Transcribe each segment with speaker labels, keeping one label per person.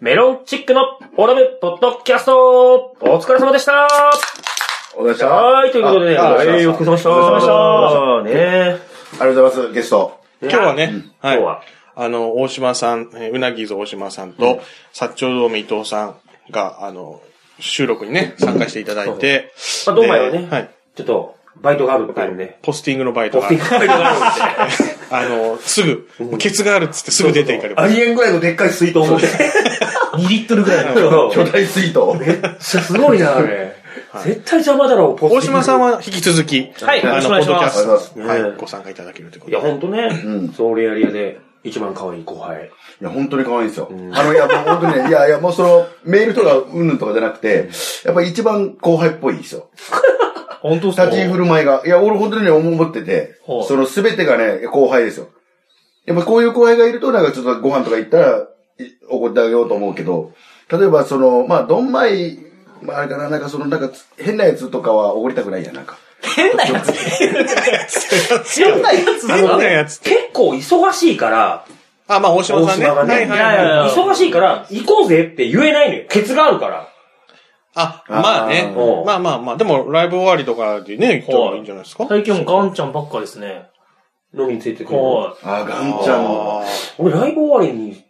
Speaker 1: メロンチックのオラブポッドキャストお疲れ様でした
Speaker 2: お疲れ様でした
Speaker 1: はーい、ということでね、
Speaker 2: ああ
Speaker 1: はいお疲れ様でした
Speaker 2: お疲れ様でした
Speaker 1: ね
Speaker 2: ありがとうございます、ゲスト。
Speaker 1: え
Speaker 3: 今日はね、はい。
Speaker 1: 今日は
Speaker 3: あの、大島さん、えーうなぎず大島さんと、薩長同盟伊藤さんが、あの、収録にね、参加していただいて。
Speaker 1: まあ、ドンマイはね、
Speaker 3: ではい。
Speaker 1: ちょっと、バイトがあるっていうんで、
Speaker 3: ポスティングのバイト
Speaker 1: ポス
Speaker 3: が
Speaker 1: ティン、グバイトがあるんで。
Speaker 3: あの、すぐ、ケツがあるっつってすぐ出ていかれ
Speaker 2: あ
Speaker 3: ま
Speaker 2: りえんぐらいのでっかい水筒 を持って、
Speaker 1: 2リットルぐらいの。
Speaker 2: 巨大水筒。
Speaker 1: すごいな、あれ。絶対邪魔だろう、ポスティン
Speaker 3: 大
Speaker 1: グ
Speaker 3: 島さんは引き続き、
Speaker 1: はいよ
Speaker 3: あの、ポ
Speaker 1: ろ
Speaker 3: ッ
Speaker 1: しくお
Speaker 3: ド
Speaker 1: 願
Speaker 3: キ
Speaker 1: い
Speaker 3: ャ
Speaker 1: し
Speaker 2: ます
Speaker 3: ストに、は
Speaker 2: ありがとうございます
Speaker 3: い、ご参加いただけるというこ
Speaker 1: いや、
Speaker 3: とで。
Speaker 1: ほんとね、
Speaker 2: ん
Speaker 1: ソーレアリアで一番可愛い後輩。
Speaker 2: いや、本当に可愛いんですよ。あの、いや、もう本当にね、いやいや、もうその、メールとか、うんぬんとかじゃなくて、やっぱり一番後輩っぽいですよ。
Speaker 1: 本当
Speaker 2: 立ち居振る舞いが。いや、俺本当にね、思ってて
Speaker 1: ほう、
Speaker 2: その全てがね、後輩ですよ。やっぱこういう後輩がいると、なんかちょっとご飯とか行ったら、い怒ってあげようと思うけど、例えばその、まあ、どんまい、まあ、あれかな、なんかその、なんか、変なやつとかは怒りたくないやん、なんか。
Speaker 1: 変なやつ。変なやつ。
Speaker 3: 変なやつって
Speaker 1: 結構忙しいから、
Speaker 3: あ、まあ、大島
Speaker 1: 大
Speaker 3: さんね。
Speaker 1: 島がね。
Speaker 3: はいはいはい。
Speaker 1: 忙しいから、行こうぜって言えないのよ。ケツがあるから。
Speaker 3: あ、まあね
Speaker 1: あー。
Speaker 3: まあまあまあ、でも、ライブ終わりとかでね、行った方がいいんじゃないですか。
Speaker 4: 最近もガンちゃんばっかですね。
Speaker 1: 飲みについてくる。
Speaker 4: は
Speaker 2: ああ、ガンちゃんの。
Speaker 3: あー
Speaker 1: 俺、ライブ終わりに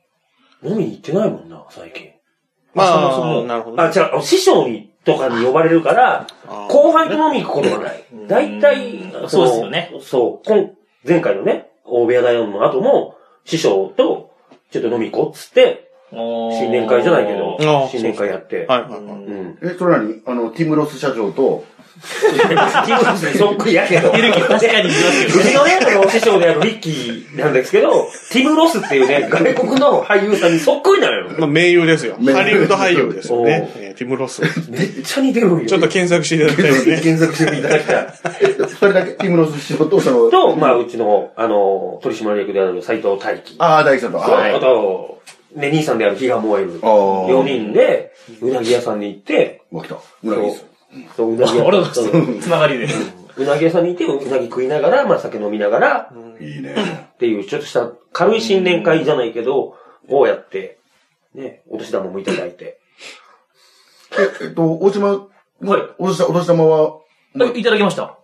Speaker 1: 飲みに行ってないもんな、最近。
Speaker 3: まあ、
Speaker 1: そもそも
Speaker 3: なるほど
Speaker 1: あ、
Speaker 3: ね。
Speaker 1: 違う、師匠にとかに呼ばれるから、
Speaker 3: あー
Speaker 1: 後輩と飲みに行くことがない。
Speaker 4: ん
Speaker 1: 大体
Speaker 4: う、ん
Speaker 1: の
Speaker 4: そうですよね。
Speaker 1: そう、今前回のね、大部屋大音の後も、師匠と、ちょっと飲み行こうっつって、
Speaker 4: い。新
Speaker 1: 新年会じゃないけど
Speaker 3: あー、
Speaker 1: 新年会やって。
Speaker 3: はいはいはい。
Speaker 1: うん。
Speaker 2: え、それ何あの、ティムロス社長と、
Speaker 1: キングスにそっくりやけ ど。
Speaker 4: いるけど確かにいますよね
Speaker 1: うちのね、この師匠であるリッキーなんですけど、ティム・ロスっていうね、外国の俳優さんにそっくりなのよ。
Speaker 3: まあ、名優ですよ。ハ
Speaker 2: 名優
Speaker 3: リウッド俳優ですよね
Speaker 1: お。
Speaker 3: えーティム・ロス。
Speaker 1: めっちゃ似てるんよ。
Speaker 3: ちょっと検索していただきたいです ね。
Speaker 2: 検索してみただきたい。それだけ、ティムロス社長と、その、
Speaker 1: と、まあ、うちの、あの、取締役である斎藤大輝。
Speaker 2: ああ、大樹さんと、
Speaker 1: そう
Speaker 2: はい
Speaker 1: あと、ね、兄さんである日が燃える。
Speaker 2: あー
Speaker 1: 4人で、うなぎ屋さんに行って、
Speaker 2: うわ、来た。村木です。
Speaker 1: そう、うなぎ
Speaker 4: あ
Speaker 1: 屋
Speaker 4: ありがとうございます。つながりで。
Speaker 1: うなぎ屋さんに行って、うなぎ食いながら、まあ、酒飲みながら、
Speaker 2: いいね。
Speaker 1: っていう、ちょっとした軽い新年会じゃないけど、こうやって、ね、お年玉もいただいて。
Speaker 2: ええっと、大島、
Speaker 4: はい。
Speaker 2: お年玉お年玉は、
Speaker 4: えいただきました。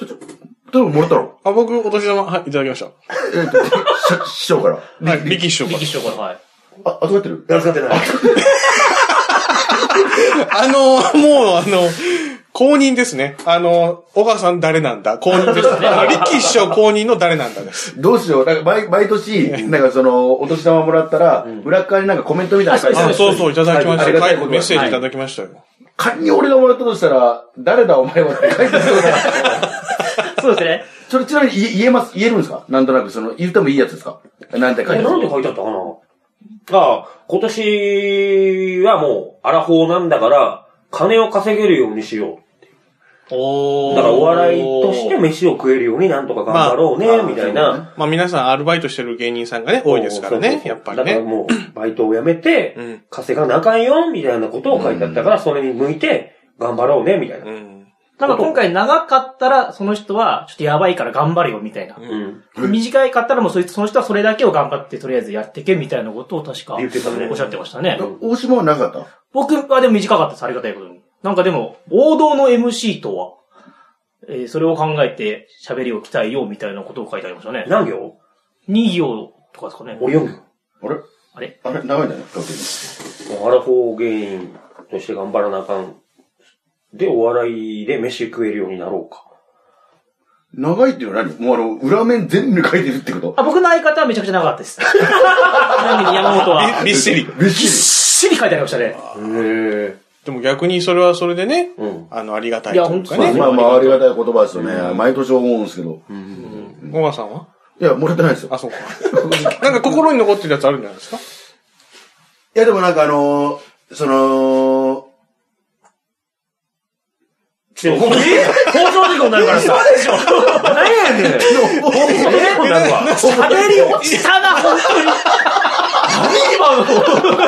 Speaker 2: 例えばもらったろ
Speaker 3: あ、僕、お年玉、はい、いただきました。
Speaker 2: えっと、社師匠から。
Speaker 3: はい、力士師匠か
Speaker 4: 力士から、はい。
Speaker 2: あ、扱ってる
Speaker 1: 扱ってない。
Speaker 3: ら。あのー、もう、あの、公認ですね。あのー、小川さん誰なんだ公認ですね。あの力士師匠公認の誰なん だです。
Speaker 2: どうしよう。なんか、毎、毎年、なんかその、お年玉もらったら、裏っ側になんかコメントみたいなの書いてあ
Speaker 3: あ
Speaker 2: る
Speaker 3: そうそう、いただきまし
Speaker 2: あり
Speaker 3: た。
Speaker 2: がた
Speaker 3: はいい、
Speaker 2: ことに
Speaker 3: メッセージいただきましたよ。
Speaker 2: 仮に俺がもらったとしたら、誰だお前はって書いてあるそうだ。
Speaker 4: そうですね。
Speaker 2: それちなみに言え言えます、言えるんですかなんとなく、その、言ってもいいやつですかなんて書いてあ
Speaker 1: え
Speaker 2: る
Speaker 1: なんで書いてあったかなああ、今年はもう、アラフォーなんだから、金を稼げるようにしよ
Speaker 3: お
Speaker 1: う。
Speaker 3: ー
Speaker 1: だからお笑いとして飯を食えるようになんとか頑張ろうね、
Speaker 2: まあ
Speaker 1: みたい
Speaker 2: そうね
Speaker 1: な。
Speaker 3: まあ、皆さんアルバイトしてる芸人さんがね、多いですから
Speaker 1: そうそう
Speaker 3: ね
Speaker 1: そ。う
Speaker 3: やっぱり
Speaker 1: だから
Speaker 3: ね。
Speaker 1: もう、バイトを辞めて、
Speaker 3: うん
Speaker 1: 稼がなあかんよ、みたいなことを書いてあったから、それに向いて、頑張ろうね、みたいな。
Speaker 3: うん。
Speaker 4: なんか今回長かったら、その人は、ちょっとやばいから頑張れよ、みたいな。
Speaker 1: うん。
Speaker 4: 短いかったらもうそいつ、その人はそれだけを頑張ってとりあえずやってけ、みたいなことを確か、
Speaker 1: 言ってたね
Speaker 4: おっしゃってましたね。
Speaker 2: 大島はなかった
Speaker 4: 僕はでも短かったです、ありがたいことに。なんかでも、王道の MC とは、えーそれを考えて喋りを鍛えようみたいなことを書いてありましたね。
Speaker 1: 何行
Speaker 4: 2行とかですかね。
Speaker 1: 俺4
Speaker 2: あれ
Speaker 4: あれ
Speaker 2: あれ長いんだね、勝手に。
Speaker 1: 行。アラフォー芸人として頑張らなあかん。で、お笑いで飯食えるようになろうか。
Speaker 2: 長いっていうのは何もうあの、裏面全部書いてるってこと
Speaker 4: あ、僕の相方はめちゃくちゃ長かった です。ちなみに山本は、
Speaker 3: びっしり。
Speaker 2: びっ
Speaker 4: ぎっしり書いてありましたね。
Speaker 1: へえ。
Speaker 3: でも逆にそれはそれでね、
Speaker 1: うん。
Speaker 3: あの、ありがたいというか
Speaker 4: いや本
Speaker 3: ね。
Speaker 4: 当
Speaker 2: まあまあ、ありがたい言葉ですよね。毎年思うんですけど。
Speaker 3: 小川さんはい
Speaker 2: や、もらってないですよ。
Speaker 3: あ、そうか。なんか 心に残ってるやつあるんじゃないですか
Speaker 2: いや、でもなんかあのー、その、
Speaker 1: 工場事故になるからさ。でしょ何やねん。工場事故になるわ。
Speaker 4: 喋り落ちたな、本当に。何今の。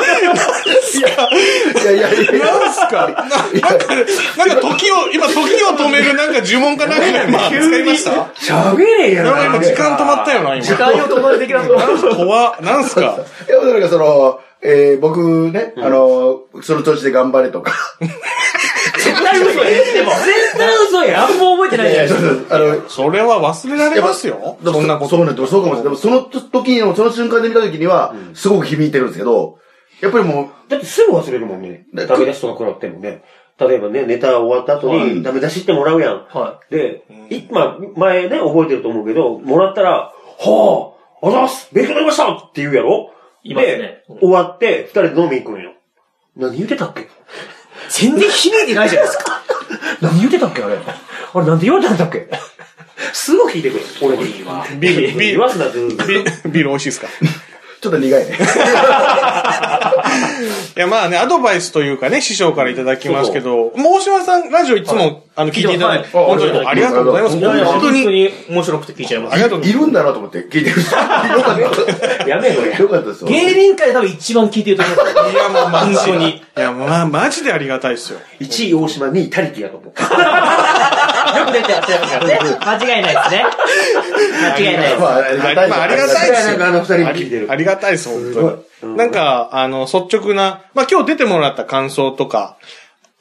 Speaker 2: いやいやいや、
Speaker 3: なんすかななんか、なんか時を、今時を止めるなんか呪文かなんか今使いましたなんか
Speaker 1: 喋れや
Speaker 3: 今時間止まったよな、
Speaker 4: 時
Speaker 3: 今。
Speaker 4: 間を止まる的なこと。
Speaker 3: 怖っなんすか
Speaker 2: いや、なんかその、えー僕ね、あの、その調子で頑張れとか。
Speaker 4: 絶対嘘や。でも、絶対嘘や。あんま覚えてないじゃないですか。
Speaker 2: あの、
Speaker 3: それは忘れられますよ。
Speaker 2: でも
Speaker 3: そんなこと。
Speaker 2: そうなんですよそうかもしれない。でもその時の、その瞬間で見た時には、すごく響いてるんですけど、やっぱりもう、
Speaker 1: だってすぐ忘れるもんね。
Speaker 2: ね
Speaker 1: ダメ出しとか食らってもね。例えばね、ネタ終わった後
Speaker 2: はい
Speaker 1: にダメ出しってもらうやん。
Speaker 4: は
Speaker 1: で、いまあ、前ね、覚えてると思うけど、もらったら、はあ、あざっす勉強になりましたって言うやろ
Speaker 4: いますね
Speaker 1: で、終わって、二人で飲み行くんよ。何言ってたっけ
Speaker 4: 全然響いてないじゃないですか。何言ってたっけあれ。あれなんで言われたんだっけ
Speaker 1: すぐ聞いてくれ、俺に。
Speaker 3: ビール、ビ
Speaker 1: 言
Speaker 3: ール
Speaker 1: わすなって言うけど
Speaker 3: ビ、ビール美味しいですかい
Speaker 2: ちょっと苦い ね。
Speaker 3: や、まあね、アドバイスというかね、師匠からいただきますけど、もう大島さん、ラジオいつも、あの、聞いていただいて、
Speaker 2: はい
Speaker 3: 本当にありがとうございます。
Speaker 2: あ
Speaker 4: いやいや、
Speaker 3: 本
Speaker 4: 本
Speaker 3: 当
Speaker 4: 当
Speaker 3: に、
Speaker 4: に面白くて聞いちゃいます。
Speaker 3: ありがとうございます
Speaker 2: いるんだなと思って聞いてる 人。よかった。
Speaker 1: やめろや。
Speaker 2: よかったですよ。
Speaker 4: 芸人界で多分一番聞いてると思う。いや、もう本当に。
Speaker 3: いや、まあ、マジでありがたいですよ。
Speaker 1: 1位大島、2位タリキやと思う。
Speaker 4: よく出てらっしゃいますからね。間違いないですね。間違いないです。
Speaker 2: まあ、ありがたい。
Speaker 3: まあありがたいですよ
Speaker 2: なんかあの二人も
Speaker 1: あ
Speaker 2: 聞い
Speaker 1: り
Speaker 2: てる。
Speaker 3: ありがたいです、本当
Speaker 1: う
Speaker 3: に。
Speaker 1: ん
Speaker 3: なんか、あの、率直な、まあ今日出てもらった感想とか、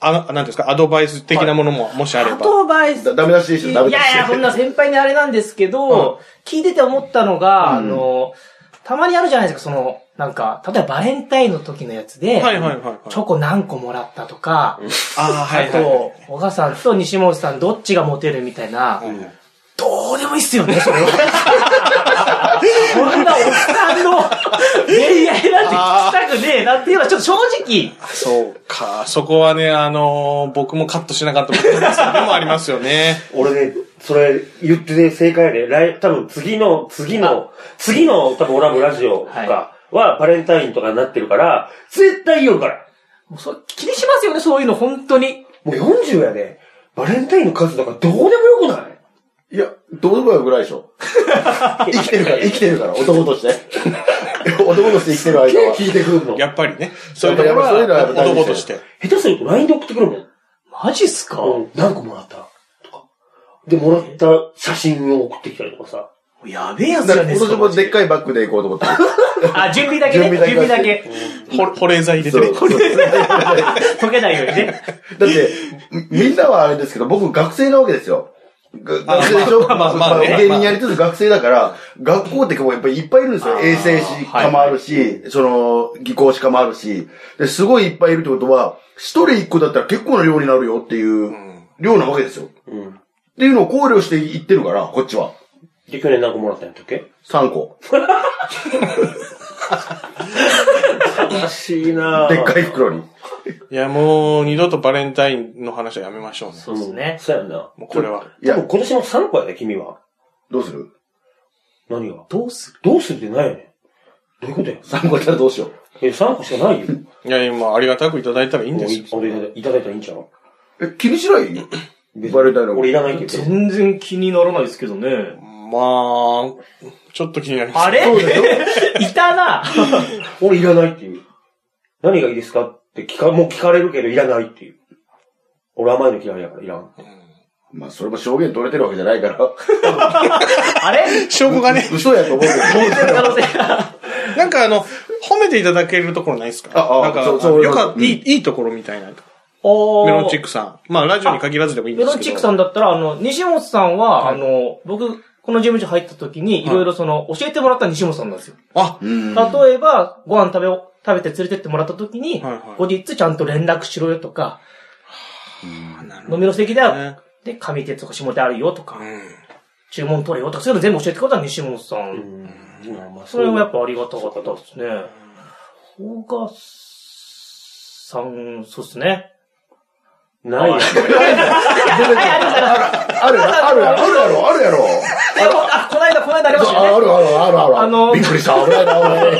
Speaker 3: あの、なんていうんですか、アドバイス的なものも、もしあれ
Speaker 4: ア
Speaker 3: ば。
Speaker 4: ドバイス。
Speaker 2: ダダメ出しでしょダメ出し
Speaker 4: いやいや、そんな先輩にあれなんですけど、聞いてて思ったのが、あの、たまにあるじゃないですか、その、なんか、例えばバレンタインの時のやつで、
Speaker 3: はいはいはいはい
Speaker 4: チョコ何個もらったとか、
Speaker 3: ああ、は
Speaker 4: あ
Speaker 3: いはい。
Speaker 4: と、小川さんと西本さんどっちがモテるみたいな、
Speaker 3: ん
Speaker 4: どうでもいいっすよね、それは。こんなおっさんの恋愛なんて聞きたくねえなっていうのは、ちょっと正直、
Speaker 3: そうか、そこはね、あのー僕もカットしなかったことですけどでもありますよね。
Speaker 1: 俺ね、それ言ってね、正解で、来、多分次の、次の、次の、多分オラブラジオとかはバレンタインとかになってるから、絶対言うから。
Speaker 4: もうそれ気にしますよね、そういうの、本当に。
Speaker 1: もう40やで、バレンタインの数とかどうでもよくない
Speaker 2: いや、どうでもよくないでしょ。生きてるから、生きてるから、男 として。男として生きてる間は。
Speaker 1: 聞いてくるの。
Speaker 3: やっぱりね。そういうところ
Speaker 2: やっぱりそういうのは
Speaker 3: は
Speaker 2: やっぱり大事
Speaker 3: 男
Speaker 2: で
Speaker 3: と
Speaker 2: す
Speaker 3: し
Speaker 2: よ
Speaker 3: て。
Speaker 1: 下手すると LINE で送ってくるもん。
Speaker 4: マジっすか、
Speaker 1: うん、何個もらったとか。で、もらった写真を送ってきたりとかさ。
Speaker 4: やべえやつじ
Speaker 2: だ
Speaker 4: ゃ
Speaker 2: か
Speaker 4: な
Speaker 2: ら
Speaker 4: いで
Speaker 2: 今年
Speaker 4: すか。
Speaker 2: もでっかいバッグで行こうと思って。
Speaker 4: あ、準備だけね。準
Speaker 2: 準備
Speaker 4: 備
Speaker 2: だ
Speaker 4: だ
Speaker 2: け
Speaker 4: け。
Speaker 3: ほ保冷剤入れ て
Speaker 2: そう
Speaker 3: ね。
Speaker 2: そう
Speaker 4: 溶けないようにね。
Speaker 2: だって、みみんなはあれですけど、僕学生なわけですよ。が学生でしょ
Speaker 3: まあまあまあまあね
Speaker 2: 芸人やりつつ学生だから、学校ってこうやっぱりいっぱいいるんですよ。
Speaker 4: あー
Speaker 2: 衛生士科もあるし、その、技工士科もあるし。ですごいいっぱいいるってことは、一人一個だったら結構な量になるよっていう、量なわけですよ。っ
Speaker 1: うん。
Speaker 2: ていうのを考慮していってるから、こっちは。
Speaker 1: で、去年何個もらったんやったっけ
Speaker 2: 3個。
Speaker 1: 悲しいな
Speaker 2: でっかい袋に。
Speaker 3: いや、もう二度とバレンタインの話はやめましょうね。
Speaker 4: そうですね。
Speaker 1: そうやんな。
Speaker 3: もうこれは。
Speaker 2: い
Speaker 1: で
Speaker 2: や
Speaker 1: も、今年も3個やで、君は。
Speaker 2: どうする
Speaker 1: 何が
Speaker 4: どうする
Speaker 1: どうするってないよねどういうことや
Speaker 2: ?3 個やったらどうしよう。
Speaker 1: え、3個しかない よ。
Speaker 3: いや、今ありがたくいただいたらいいんですよ。
Speaker 1: 俺いただいたらいいんちゃう
Speaker 2: え、気にしないバレンタインの
Speaker 1: 俺いらないけど。
Speaker 4: 全然気にならないですけどね。
Speaker 3: まあ、ちょっと気になります。
Speaker 4: あれ いたな。
Speaker 1: 俺いらないっていう。何がいいですかって聞か、もう聞かれるけどいらないっていう。俺甘いの嫌いやからいらん。
Speaker 2: まあ、それも証言取れてるわけじゃないから。
Speaker 4: あれ
Speaker 3: 証拠がね、
Speaker 2: 嘘やと思うけど。
Speaker 4: 可能性が。
Speaker 3: なんかあの、褒めていただけるところないですか
Speaker 2: ああ
Speaker 3: なんか、
Speaker 2: そうそう
Speaker 3: よかっ
Speaker 2: うん
Speaker 3: いい、いいところみたいな。メ
Speaker 4: お
Speaker 3: ロンチックさん。まあ、ラジオに限らずでもいいんで
Speaker 4: メ
Speaker 3: すけ
Speaker 4: ロ
Speaker 3: ど。
Speaker 4: ンチックさんだったら、あの、西本さんは、あの、僕、この事務所入った時に、いろいろその、教えてもらった西本さんなんですよ。
Speaker 3: あ、
Speaker 2: うん
Speaker 4: 例えば、ご飯食べを、食べて連れてってもらった時に
Speaker 3: はいはい、
Speaker 4: 後日ちゃんと連絡しろよとか、
Speaker 3: なるほ
Speaker 4: 飲みの席で
Speaker 3: ど
Speaker 4: は、
Speaker 3: ね。
Speaker 4: で、上手とか下手あるよとか
Speaker 3: う、ん。
Speaker 4: 注文取れよとか、そういうの全部教えてくれたの西本さ。
Speaker 1: うんん。まあ
Speaker 4: それもや
Speaker 1: ぱ。
Speaker 4: っぱありがたかったですね。小川さん、そうですね。
Speaker 1: ないやん。
Speaker 4: はい、ありがとうございます。
Speaker 2: あるやろ、あるやろ、あるやろ、あるやろ。
Speaker 4: でもあ、この間、この間ありました
Speaker 2: ああ
Speaker 4: よね。
Speaker 2: るあるあるある。
Speaker 4: あの
Speaker 2: びっくりした。危ないな、危ないな。ある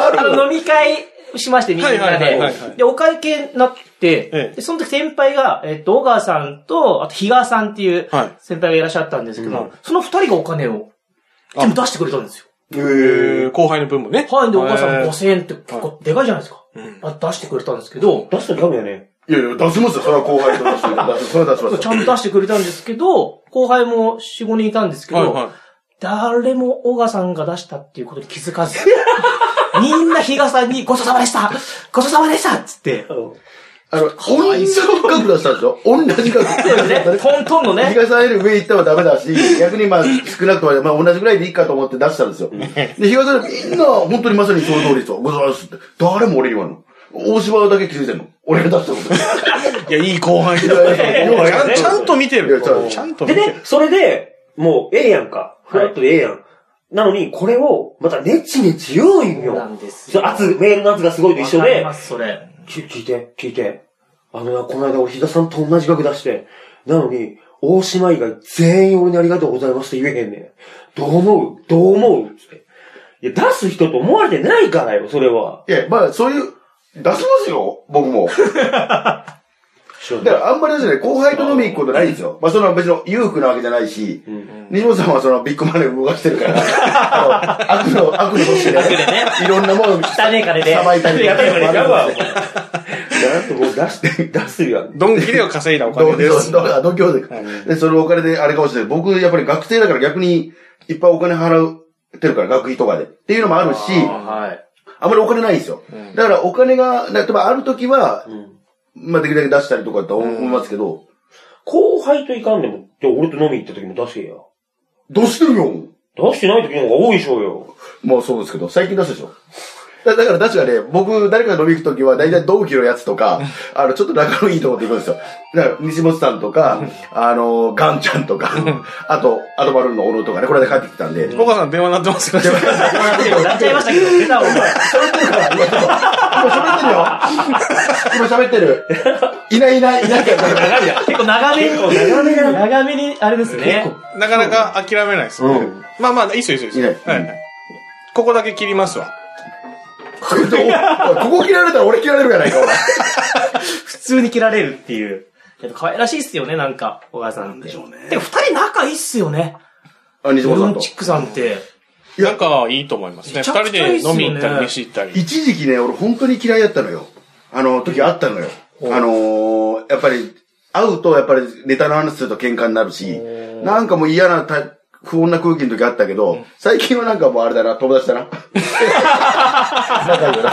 Speaker 2: あ
Speaker 4: あ
Speaker 2: る。
Speaker 4: の、飲み会しまして、みん
Speaker 3: は
Speaker 4: ない
Speaker 3: はいはい
Speaker 4: で
Speaker 3: はいはい。
Speaker 4: で、お会計になって、
Speaker 3: ええ
Speaker 4: でその時先輩が、えっと、小川さんと、あと、比嘉さんっていう
Speaker 3: はい
Speaker 4: 先輩がいらっしゃったんですけど、
Speaker 3: うん
Speaker 4: その二人がお金を、
Speaker 3: あ
Speaker 4: 全部出してくれたんですよ。
Speaker 3: えー後輩の分もね。
Speaker 4: はい、で、お母さん
Speaker 3: えー
Speaker 4: 5000円って結構でかいじゃないですか。
Speaker 3: ん
Speaker 4: あ出してくれたんですけど、
Speaker 1: 出したらダメやね。
Speaker 2: いやいや、出しますよ。それは後輩と出しますよ。それは出します
Speaker 4: ち
Speaker 2: よ。
Speaker 4: ゃんと出してくれたんですけど、後輩も4、5人いたんですけど、
Speaker 3: はいはい。
Speaker 4: 誰も小川さんが出したっていうことに気づかず、 みんな比嘉さんにごちそうさまでしたごちそうさまでしたっつって。
Speaker 2: あの、同じ額出したんでしょ同じ額。
Speaker 4: そうですね。 トントンの
Speaker 2: 日
Speaker 4: ね。
Speaker 2: 賀さんより上行ったらダメだし、逆にまあ少なくとも、まあ同じぐらいでいいかと思って出したんですよ。で、日賀さんみんな本当にまさにその通りですよ。ございますって。誰も俺に言わんの。大島だけ気づいてんの。俺が出したこと。
Speaker 3: いや、いい後輩だ。
Speaker 2: いやいやいや
Speaker 3: ちゃんちゃんと見てる
Speaker 2: いやちゃんと
Speaker 3: ちゃんと見
Speaker 1: で
Speaker 3: てる
Speaker 1: ね。、それで、もう、ええやんか。フラットでええやん。なのに、これを、また、ネチネチ言うんよ。
Speaker 4: なんです
Speaker 1: そ
Speaker 4: よ
Speaker 1: れ圧、メールの圧がすごいと一緒
Speaker 4: わかり
Speaker 1: で
Speaker 4: ま、す、それ。
Speaker 1: き聞いて、聞いて。あのな、この間、おひださんと同じ額出して、なのに、大島以外全員俺にありがとうございますって言えへんねん。どう思うどう思うつって。いや、出す人と思われてないからよ、それは。
Speaker 2: いや、まあそういう、出しますよ、僕も。だからあんまりですね、後輩と飲み行くことないんですよ。まあその別の裕福なわけじゃないし、西本さんはそのビッグマネー動かしてるから、 あの悪の、悪の組織でね、いろんなものを
Speaker 4: 汚ねえ金で。
Speaker 2: さばいたりと
Speaker 1: や
Speaker 2: か
Speaker 1: っぱりこれ、や ばいわ、お前だからもう出して、 出すやん。
Speaker 3: ドンキでは稼いだお
Speaker 2: 同
Speaker 3: 金で
Speaker 2: 僚
Speaker 3: す。
Speaker 2: 同僚同僚で、で、そのお金であれかもしれない。僕、やっぱり学生だから逆にいっぱいお金払ってるから、学費とかで。っていうのもあるし、あ
Speaker 4: はい。
Speaker 2: んまりお金ないんですよ。だからお金が、例えばある時は、まあできるだけ出したりとかと思いますけど、
Speaker 1: 後輩といかんでも、じゃあ俺と飲み行った時も出せや。
Speaker 2: どうしてるよ
Speaker 1: 出してない時の方が多いでしょうよ。
Speaker 2: もうそうですけど、最近出すでしょ。だだから確かね、僕、誰かと飲み行くときは、大体同期のやつとか、あの、ちょっと仲のいいとこって行くんですよ。だから、西本さんとか、あの、ガンちゃんとか、あと、アドバルーンのオルとかね、これで帰ってきたんで、
Speaker 3: お母さん電話鳴ってますからね。
Speaker 4: なっちゃいましたけど、出たお前。
Speaker 2: 今喋ってる。いないいない、いない から。
Speaker 4: 結構長めに。
Speaker 1: 長めだ
Speaker 4: 長めに、あれですね。
Speaker 3: なかなか諦めないです。
Speaker 1: うん。
Speaker 3: まあまあ、いいっすよ、いいっすよ、いいっすよ。
Speaker 2: い
Speaker 3: はいはい。ここだけ切りますわ。
Speaker 2: ここ切られたら俺切られるやないか、
Speaker 4: 普通に切られるっていう。けど可愛らしいっすよね、なんか、小川さんって。でしょうね。でも二人仲いいっすよね。
Speaker 2: あ、西本
Speaker 4: ブル
Speaker 2: さん
Speaker 4: ー
Speaker 2: と
Speaker 4: チ。ックさんって。
Speaker 2: いや
Speaker 3: 仲いいと思いますね。
Speaker 4: め
Speaker 3: 二
Speaker 4: ちゃく
Speaker 3: 人
Speaker 4: ちゃいいっ
Speaker 3: です
Speaker 4: よ
Speaker 3: 飲
Speaker 4: ね
Speaker 3: み行ったり、飯行ったり。
Speaker 2: 一時期ね、俺本当に嫌いやったのよ。あの、時あったのよ。あのー、やっぱり、会うとやっぱりネタの話すると喧嘩になるし、なんかもう嫌なた不穏な空気の時あったけど、最近はなんかもうあれだな、友達だな。仲いいよな。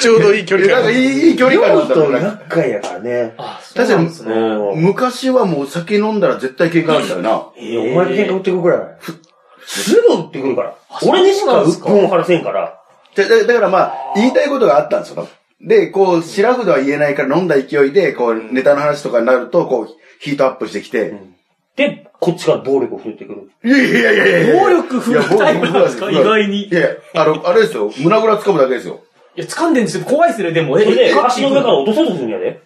Speaker 3: ちょうどいい距離
Speaker 2: なんか
Speaker 3: 感。
Speaker 2: いいいい距離感だ
Speaker 1: 量
Speaker 2: ったの
Speaker 1: と
Speaker 2: なんか
Speaker 1: 厄介やからね。
Speaker 4: あ、そ
Speaker 2: 確
Speaker 4: うな
Speaker 2: か
Speaker 4: ん
Speaker 2: に
Speaker 4: です、ね。
Speaker 1: うん。
Speaker 2: 昔はもう酒飲んだら絶対喧嘩あるんだよな。
Speaker 1: いや、お前の喧嘩売ってくるから。すぐ売ってくるから。俺にしか鬱憤を晴らせんから。
Speaker 2: でだだからまあ、言いたいことがあったんですよ、多分で、こう、白くでは言えないから飲んだ勢いで、こう、ネタの話とかになると、こう、ヒートアップしてきて、
Speaker 1: で、こっちから暴力を振るってくる。
Speaker 2: いやいやいやいやいや
Speaker 4: 暴力振るタイプなんですか
Speaker 2: いや暴力
Speaker 4: 意外に
Speaker 2: いやいや、あの、あれですよ、胸ぐら掴むだけですよ。
Speaker 4: いや、掴んでるんですよ。怖いっすよね、でも。
Speaker 1: それで、
Speaker 4: カッ
Speaker 1: 足
Speaker 4: チン
Speaker 1: の上から落とそうとするんやで。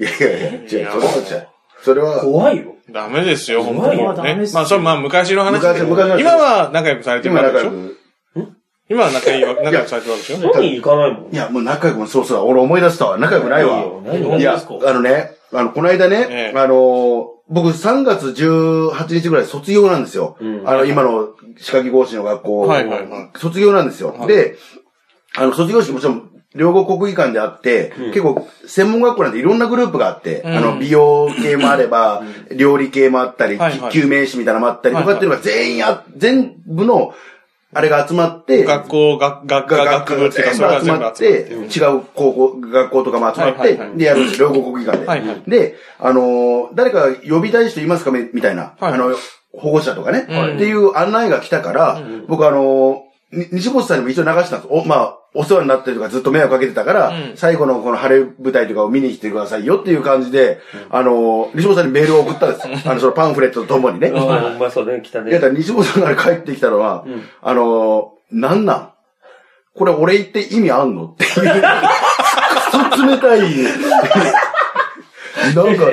Speaker 2: いやいやいや、違う、それは違う。それは、
Speaker 1: 怖いよ。
Speaker 3: ダメですよ、本
Speaker 1: 怖
Speaker 3: 当
Speaker 1: い
Speaker 3: に
Speaker 1: よ。
Speaker 4: ダメ
Speaker 3: ね
Speaker 4: っ。すよ
Speaker 3: まあ、それまあ昔の話だけど。
Speaker 2: 昔昔の話
Speaker 3: 今は仲良くされてる
Speaker 2: 今
Speaker 3: わけ
Speaker 2: 仲
Speaker 3: でし
Speaker 2: 良
Speaker 3: ょ
Speaker 2: く。
Speaker 3: 今は仲良いわ仲良くされてるわけでしょ
Speaker 1: 飲みに行かないもん
Speaker 2: い。や、もう仲良くも、そうそう、俺思い出したわ。仲良くないわ。
Speaker 1: 何
Speaker 4: よ
Speaker 1: よ
Speaker 2: いや、あのね、あの、この間ね、
Speaker 3: ええ
Speaker 2: あのー僕3月18日ぐらい卒業なんですよ。
Speaker 1: うん
Speaker 2: あの、今の歯科技講師の学校、
Speaker 3: はいはいは
Speaker 2: 卒業なんですよ。で、あの、卒業式もちろん、両国国技館であって、結構、専門学校なんていろんなグループがあって、あの、美容系もあれば、料理系もあったり、
Speaker 3: はいはい
Speaker 2: 救命士みたいなのもあったりとかっていうのが全員あ、全部の、あれが集まって、
Speaker 3: 学校、学、学科、学部っていうか、それが
Speaker 2: 全部
Speaker 3: 全部
Speaker 2: 集ま
Speaker 3: 集ま
Speaker 2: っ
Speaker 3: って
Speaker 2: て、違う高校、学校とかも集まっ
Speaker 3: はい
Speaker 2: て
Speaker 3: はいは、い
Speaker 2: で、やるんですよ両国国技
Speaker 3: はい
Speaker 2: 館
Speaker 3: はい
Speaker 2: で。で、あのー、誰か呼びたい人いますかみみたいな、
Speaker 3: はい
Speaker 2: あの、保護者とかね、
Speaker 3: はい
Speaker 2: っていう案内が来たから、僕あのー、に西本さんにも一応流したんです。お、まあ、お世話になってるとかずっと迷惑かけてたから、
Speaker 3: うん
Speaker 2: 最後のこの晴れ舞台とかを見に来てくださいよっていう感じで、あのー、西本さんにメールを送ったんです。あの、そのパンフレットとともにね。
Speaker 1: うんお前そうね、来た
Speaker 2: いや、
Speaker 1: ね
Speaker 2: だ。から西本さんから帰ってきたのは、あのー、なんなんこれ俺言って意味あんのって いう。くそ冷たい。なんか、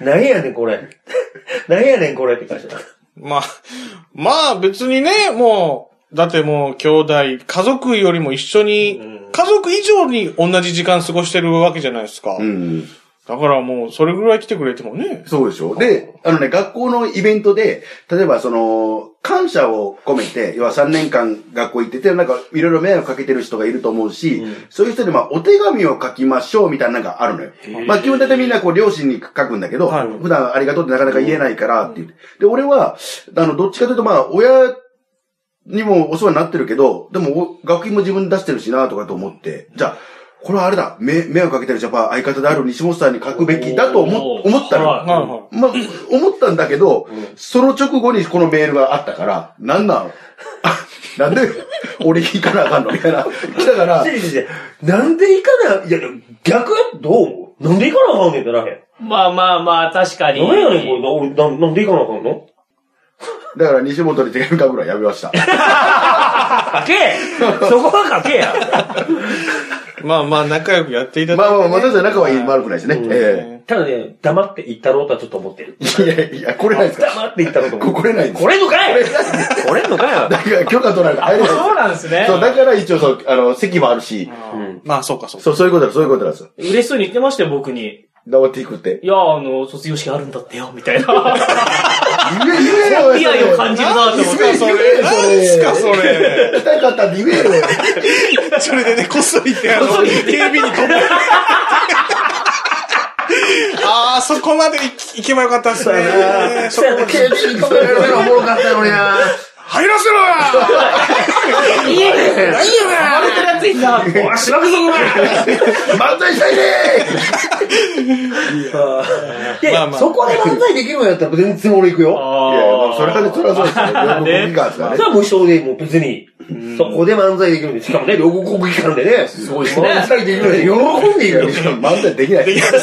Speaker 1: 何やねん、これ。 何やねん、これって感じだ。
Speaker 3: まあ、まあ別にね、もう、だってもう兄弟、家族よりも一緒に、家族以上に同じ時間過ごしてるわけじゃないですか。
Speaker 2: うん。
Speaker 3: だからもう、それぐらい来てくれてもね。
Speaker 2: そうでしょで、あのね、学校のイベントで、例えばその、感謝を込めて、要は3年間学校行ってて、なんかいろいろ迷惑かけてる人がいると思うし、そういう人にまあお手紙を書きましょうみたいなのがあるのよ。まあ基本的にみんなこう両親に書くんだけど、
Speaker 3: はい
Speaker 2: 普段ありがとうってなかなか言えないからって言って。で、俺は、あの、どっちかというとまあ親、にもお世話になってるけど、でもお学費も自分で出してるしなとかと思って、じゃあ、これはあれだ、迷迷惑かけてるジャパン相方である西本さんに書くべきだと思
Speaker 4: おー
Speaker 2: 思ったの。
Speaker 4: は
Speaker 3: はいは
Speaker 2: まあ、思ったんだけど、その直後にこのメールがあったから、なん なのなんで俺行かなあかんのみたいな。来たから、
Speaker 1: 違う違う違うなんで行かない、いや、逆どう思うなんで行かなあかんねんってなへ
Speaker 4: まあまあまあ、確かに。
Speaker 1: ん。なんやねん、これ。俺、なんなんで行かなあかんの
Speaker 2: だから西本に手紙書くのはやめました。
Speaker 4: 書けそこは書けや。
Speaker 3: い。まあまあ、仲良くやっていただ
Speaker 2: ま
Speaker 3: い
Speaker 2: あ
Speaker 3: て、
Speaker 2: まあ、私は仲はいい、悪くないですね。
Speaker 1: うん
Speaker 2: え
Speaker 1: ただね、黙って行ったろうとはちょっと思ってる。
Speaker 2: えいやいや、これないですか
Speaker 1: 黙って行ったろうと思
Speaker 2: こ
Speaker 1: って
Speaker 2: これないんです
Speaker 4: これのかい
Speaker 1: る。折れんのかよ。
Speaker 2: だから許可取られて
Speaker 4: あ
Speaker 2: 入れない
Speaker 4: そうなんですね。
Speaker 2: そう、だから一応そう、あの、席もあるし、
Speaker 1: うん。
Speaker 3: まあ、そうかそうか。
Speaker 2: そう、そういうことだ、そういうことなんですよ。
Speaker 4: 嬉しそうに言ってましたよ、僕に。
Speaker 2: 頑張っていくって。
Speaker 4: いや、あの、卒業式あるんだってよ、みたいな。
Speaker 2: 言え、言えよ、
Speaker 4: いやいや感じるなと思っ
Speaker 2: そ
Speaker 4: た
Speaker 2: れ。
Speaker 3: そ
Speaker 2: 言え
Speaker 3: れ。
Speaker 2: よ、
Speaker 3: なん
Speaker 2: それ。
Speaker 3: すか、それ。
Speaker 2: 来たかったって言えよ。
Speaker 3: それでね、こっそりって、あの、警備に飛ぶ。ああ、そこまで行き行けばよかったっ すね。そこまで
Speaker 2: 警備に止められるのおもろかったのにな
Speaker 3: 入らせろよ
Speaker 4: いいねいいよな暴れてるやついんな
Speaker 1: おら、しばくぞ、お前
Speaker 2: 漫才したいね
Speaker 1: いや
Speaker 3: まあまあ
Speaker 1: そこで漫才できるんやったら全然俺行くよ。
Speaker 2: いやいや、まあそれはね、それはそうですよ。両
Speaker 4: ね
Speaker 2: 国間ですから
Speaker 1: じ
Speaker 2: ね
Speaker 1: ゃ。あもう一緒で、もう別に。そこで漫才できるんで、しかもね、両国国技館でね。すごい
Speaker 4: ですね
Speaker 1: 漫才できるんで、喜んでいいから。
Speaker 2: 漫才できない。
Speaker 4: さ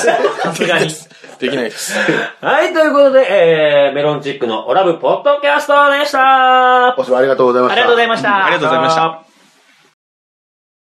Speaker 4: すがに。
Speaker 3: できないです。
Speaker 1: はい、ということで、えー、メロンチックのオラブポッドキャストでしたあ
Speaker 2: お世話ありがとうございま
Speaker 4: あ
Speaker 2: し
Speaker 4: り
Speaker 2: た
Speaker 4: がとうございました。
Speaker 3: ありがとうございました。